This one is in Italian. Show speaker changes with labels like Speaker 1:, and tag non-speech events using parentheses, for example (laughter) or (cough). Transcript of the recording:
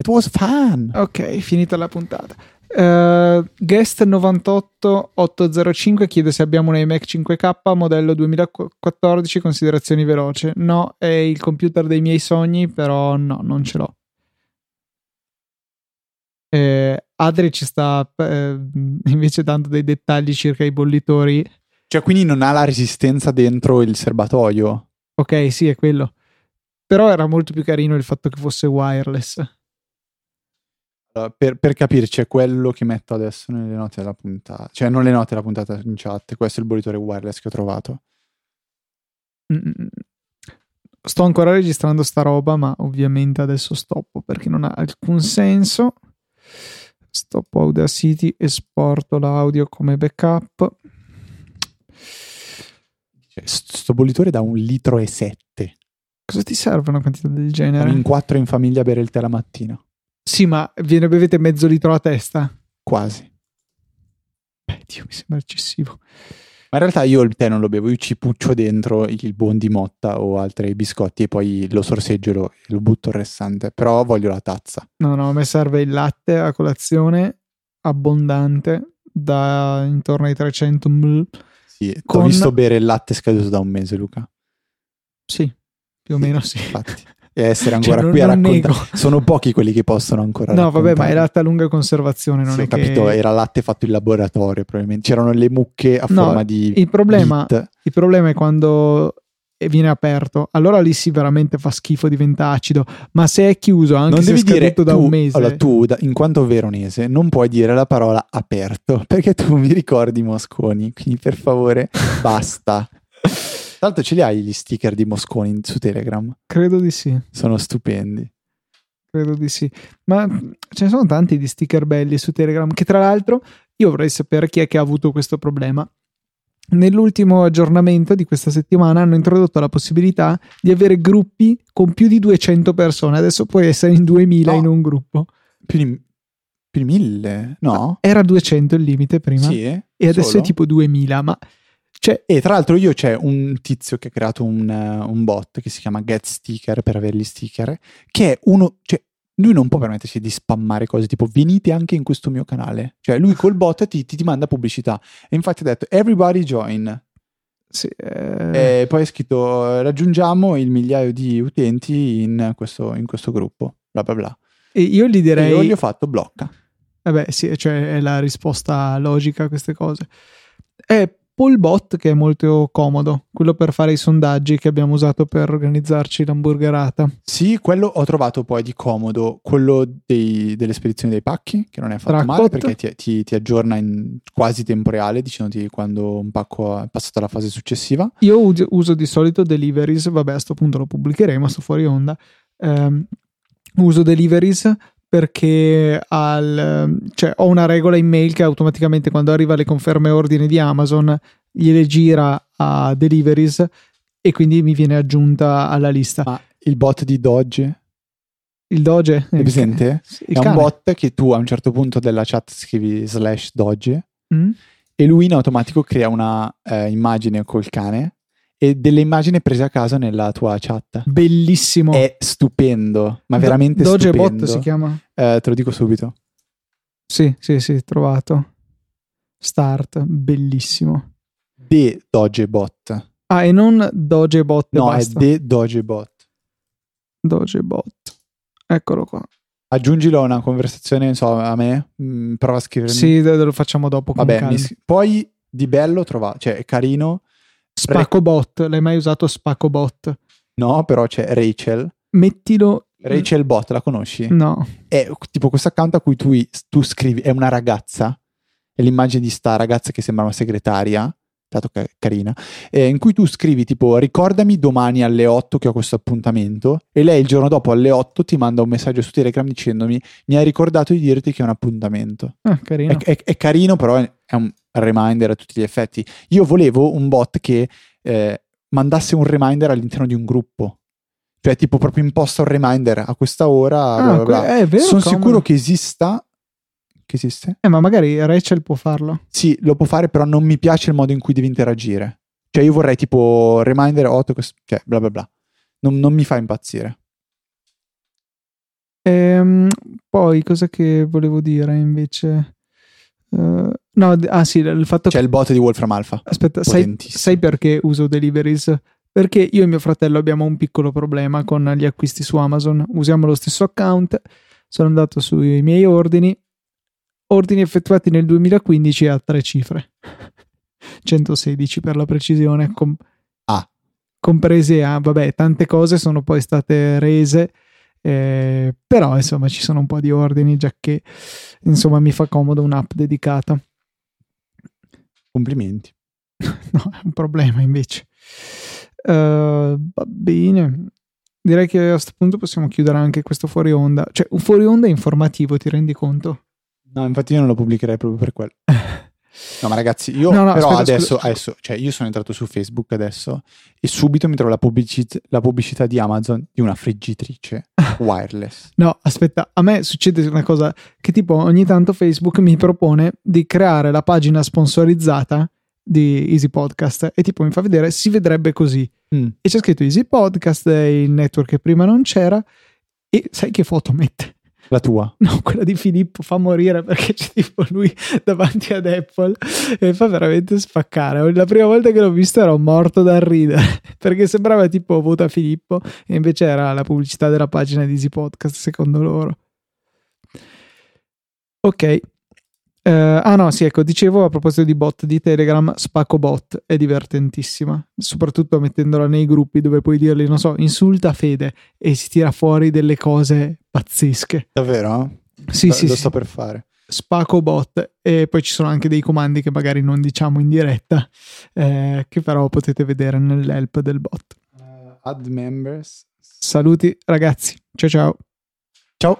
Speaker 1: It was fun.
Speaker 2: Ok, finita la puntata. Eh, guest 98805 chiede se abbiamo un iMac 5K modello 2014 considerazioni veloce. No, è il computer dei miei sogni, però no, non ce l'ho. Eh, Adri ci sta eh, invece dando dei dettagli circa i bollitori.
Speaker 1: Cioè, quindi non ha la resistenza dentro il serbatoio.
Speaker 2: Ok, sì, è quello. Però era molto più carino il fatto che fosse wireless.
Speaker 1: Allora, Per, per capirci, è quello che metto adesso nelle note della puntata. Cioè, non le note della puntata in chat. Questo è il bollitore wireless che ho trovato.
Speaker 2: Mm. Sto ancora registrando sta roba, ma ovviamente adesso stoppo perché non ha alcun senso. Stoppo Audacity, esporto l'audio come backup.
Speaker 1: Cioè, st- sto bollitore da un litro e sette.
Speaker 2: Cosa ti serve una quantità del genere?
Speaker 1: In quattro in famiglia a bere il tè la mattina.
Speaker 2: Sì, ma ve ne bevete mezzo litro a testa?
Speaker 1: Quasi.
Speaker 2: Beh, Dio, mi sembra eccessivo.
Speaker 1: Ma in realtà io il tè non lo bevo, io ci puccio dentro il buon di motta o altri biscotti e poi lo sorseggio e lo, e lo butto il restante. Però voglio la tazza.
Speaker 2: No, no, a me serve il latte a colazione abbondante da intorno ai 300 ml.
Speaker 1: Sì, t'ho
Speaker 2: Con-
Speaker 1: visto bere il latte scaduto da un mese, Luca.
Speaker 2: Sì, più o meno sì.
Speaker 1: Infatti. E essere
Speaker 2: Cioè,
Speaker 1: ancora
Speaker 2: non-
Speaker 1: qui a
Speaker 2: non
Speaker 1: raccontare.
Speaker 2: nego.
Speaker 1: Sono pochi quelli che possono ancora
Speaker 2: No, vabbè, ma è
Speaker 1: raccontarlo.
Speaker 2: latte a lunga conservazione, non
Speaker 1: Sì,
Speaker 2: è
Speaker 1: ho capito,
Speaker 2: che...
Speaker 1: era latte fatto in laboratorio probabilmente. C'erano le mucche a
Speaker 2: No,
Speaker 1: forma di
Speaker 2: Il problema,
Speaker 1: bit.
Speaker 2: il problema è quando eh, viene aperto, allora lì si veramente fa schifo, diventa acido. Ma se è chiuso, anche
Speaker 1: Non
Speaker 2: se
Speaker 1: devi
Speaker 2: è scaduto
Speaker 1: dire
Speaker 2: da
Speaker 1: tu-
Speaker 2: un mese,
Speaker 1: Allora, tu, da- in quanto veronese, non puoi dire la parola aperto, (laughs) perché tu mi ricordi Mosconi, quindi per
Speaker 2: (laughs)
Speaker 1: favore, basta. Tra l'altro ce li hai gli sticker di Mosconi su Telegram?
Speaker 2: credo di sì,
Speaker 1: Sono stupendi.
Speaker 2: credo di sì. Ma mh, ce ne sono tanti di sticker belli su Telegram, che tra l'altro io vorrei sapere chi è che ha avuto questo problema. Nell'ultimo aggiornamento di questa settimana hanno introdotto la possibilità di avere gruppi con più di 200 persone. Adesso puoi essere in 2000
Speaker 1: No.
Speaker 2: in un gruppo.
Speaker 1: Più di, più di mille? No?
Speaker 2: Era 200 il limite prima.
Speaker 1: Sì?
Speaker 2: e adesso
Speaker 1: Solo?
Speaker 2: è tipo 2000, ma cioè,
Speaker 1: E tra l'altro io c'è un tizio che ha creato un, eh, un bot che si chiama Get Sticker per avere gli sticker, che è uno... Cioè, lui non può permettersi di spammare cose tipo venite anche in questo mio canale. Cioè lui col bot ti, ti- ti manda pubblicità. E infatti ha detto everybody join.
Speaker 2: sì, eh,
Speaker 1: E poi ha scritto raggiungiamo il migliaio di utenti in questo, in questo gruppo. Bla bla bla.
Speaker 2: e io gli
Speaker 1: E io
Speaker 2: direi,
Speaker 1: gli ho fatto blocca.
Speaker 2: vabbè, sì, cioè è la risposta logica a queste cose. È Pollbot che è molto comodo, quello per fare i sondaggi che abbiamo usato per organizzarci l'hamburgerata.
Speaker 1: Sì, quello ho trovato poi di comodo, quello dei- delle spedizioni dei pacchi, che non è affatto male
Speaker 2: Trackbot.
Speaker 1: perché ti, ti- ti aggiorna in quasi tempo reale dicendoti quando un pacco è passato alla fase successiva.
Speaker 2: Io uso, uso di solito Deliveries, vabbè, a sto punto lo pubblicheremo, sto fuori onda. Ehm, uso Deliveries perché al- cioè, ho una regola in mail che automaticamente quando arriva le conferme ordine di Amazon gliele gira a Deliveries e quindi mi viene aggiunta alla lista.
Speaker 1: Ma il bot di Dodge
Speaker 2: Il Doge
Speaker 1: è presente?
Speaker 2: il
Speaker 1: è
Speaker 2: cane.
Speaker 1: un bot che tu a un certo punto della chat scrivi slash Dodge
Speaker 2: Mm?
Speaker 1: e lui in automatico crea una eh, immagine col cane e delle immagini prese a caso nella tua chat.
Speaker 2: Bellissimo.
Speaker 1: È stupendo, ma
Speaker 2: Do-
Speaker 1: veramente
Speaker 2: Doge
Speaker 1: stupendo.
Speaker 2: Bot si chiama?
Speaker 1: Eh, te lo dico subito.
Speaker 2: Sì, sì, sì, trovato. Start, bellissimo.
Speaker 1: The Dogebot.
Speaker 2: Ah, e non Dogebot.
Speaker 1: No,
Speaker 2: basta.
Speaker 1: è The Dogebot.
Speaker 2: Dogebot. Eccolo qua.
Speaker 1: Aggiungilo a una conversazione, non so, a me. mm, prova a scrivermi.
Speaker 2: Sì, de- lo facciamo dopo. con
Speaker 1: Vabbè,
Speaker 2: calma.
Speaker 1: mi scri- poi di bello trova, cioè è carino,
Speaker 2: Spacobot. L'hai mai usato Spacobot?
Speaker 1: no, però c'è
Speaker 2: Mm.
Speaker 1: Rachel.
Speaker 2: Mettilo.
Speaker 1: Rachel Bot, la conosci?
Speaker 2: No,
Speaker 1: È tipo questo account a cui tu, tu scrivi, è una ragazza, è l'immagine di sta ragazza che sembra una segretaria, tanto ca- carina, eh, in cui tu scrivi tipo ricordami domani alle 8 che ho questo appuntamento e lei il giorno dopo alle 8 ti manda un messaggio su Telegram dicendomi mi hai ricordato di dirti che è un appuntamento.
Speaker 2: Ah, carino.
Speaker 1: È, è- è carino, però è è un reminder a tutti gli effetti. Io volevo un bot che eh, mandasse un reminder all'interno di un gruppo. Cioè, tipo, proprio imposta un reminder a questa ora.
Speaker 2: Ah,
Speaker 1: bla bla bla.
Speaker 2: que- è vero.
Speaker 1: Sono
Speaker 2: comodo.
Speaker 1: sicuro che esista. Che esiste?
Speaker 2: Eh, ma magari Rachel può farlo.
Speaker 1: Sì, lo può fare, però non mi piace il modo in cui devi interagire. Cioè, io vorrei tipo reminder 8, cioè, bla bla bla. Non, non mi fa impazzire.
Speaker 2: Ehm, poi cosa che volevo dire invece? Eh, no, d- ah sì, il fatto
Speaker 1: C'è Cioè, il bot di Wolfram Alpha.
Speaker 2: che... Aspetta, sai,
Speaker 1: potentissimo.
Speaker 2: sai perché uso Deliveries? Perché io e mio fratello abbiamo un piccolo problema con gli acquisti su Amazon. Usiamo lo stesso account, sono andato sui miei ordini, ordini effettuati nel 2015 a tre cifre. (laughs) 116 per la precisione, com-
Speaker 1: Ah.
Speaker 2: comprese a, vabbè, tante cose sono poi state rese, eh, però insomma ci sono un po' di ordini, già che insomma mi fa comodo un'app dedicata.
Speaker 1: Complimenti.
Speaker 2: (laughs) No, è un problema invece. Eh, va bene. Direi che a questo punto possiamo chiudere anche questo fuori onda. Cioè, un fuori onda informativo, ti rendi conto?
Speaker 1: No, infatti io non lo pubblicherei proprio per quello. No, ma ragazzi, io
Speaker 2: No, no,
Speaker 1: però
Speaker 2: aspetta,
Speaker 1: adesso,
Speaker 2: scusa.
Speaker 1: adesso- cioè io sono entrato su Facebook adesso e subito mi trovo la, pubblici- la pubblicità di Amazon di una
Speaker 2: (laughs)
Speaker 1: friggitrice wireless.
Speaker 2: No, aspetta, a me succede una cosa che tipo ogni tanto Facebook mi propone di creare la pagina sponsorizzata di Easy Podcast e tipo mi fa vedere si vedrebbe così
Speaker 1: Mm.
Speaker 2: e c'è scritto Easy Podcast, eh, il network che prima non c'era e sai che foto mette?
Speaker 1: La tua.
Speaker 2: No, (laughs) quella di Filippo fa morire perché c'è tipo lui davanti ad Apple e fa veramente spaccare. La prima volta che l'ho visto ero morto dal ridere (laughs) perché sembrava tipo vota Filippo e invece era la pubblicità della pagina di Easy Podcast secondo loro. Ok. Eh, ah no, sì, ecco, dicevo a proposito di bot di Telegram, Spacco Bot è divertentissima, soprattutto mettendola nei gruppi dove puoi dirgli, non so, insulta Fede e si tira fuori delle cose pazzesche.
Speaker 1: Davvero? eh?
Speaker 2: Sì,
Speaker 1: Lo-
Speaker 2: sì,
Speaker 1: Lo
Speaker 2: sì.
Speaker 1: sto per fare.
Speaker 2: Spaco bot e poi ci sono anche dei comandi che magari non diciamo in diretta, eh, che però potete vedere nell'help del bot.
Speaker 1: Eh, ad members.
Speaker 2: Saluti ragazzi, ciao ciao.
Speaker 1: Ciao.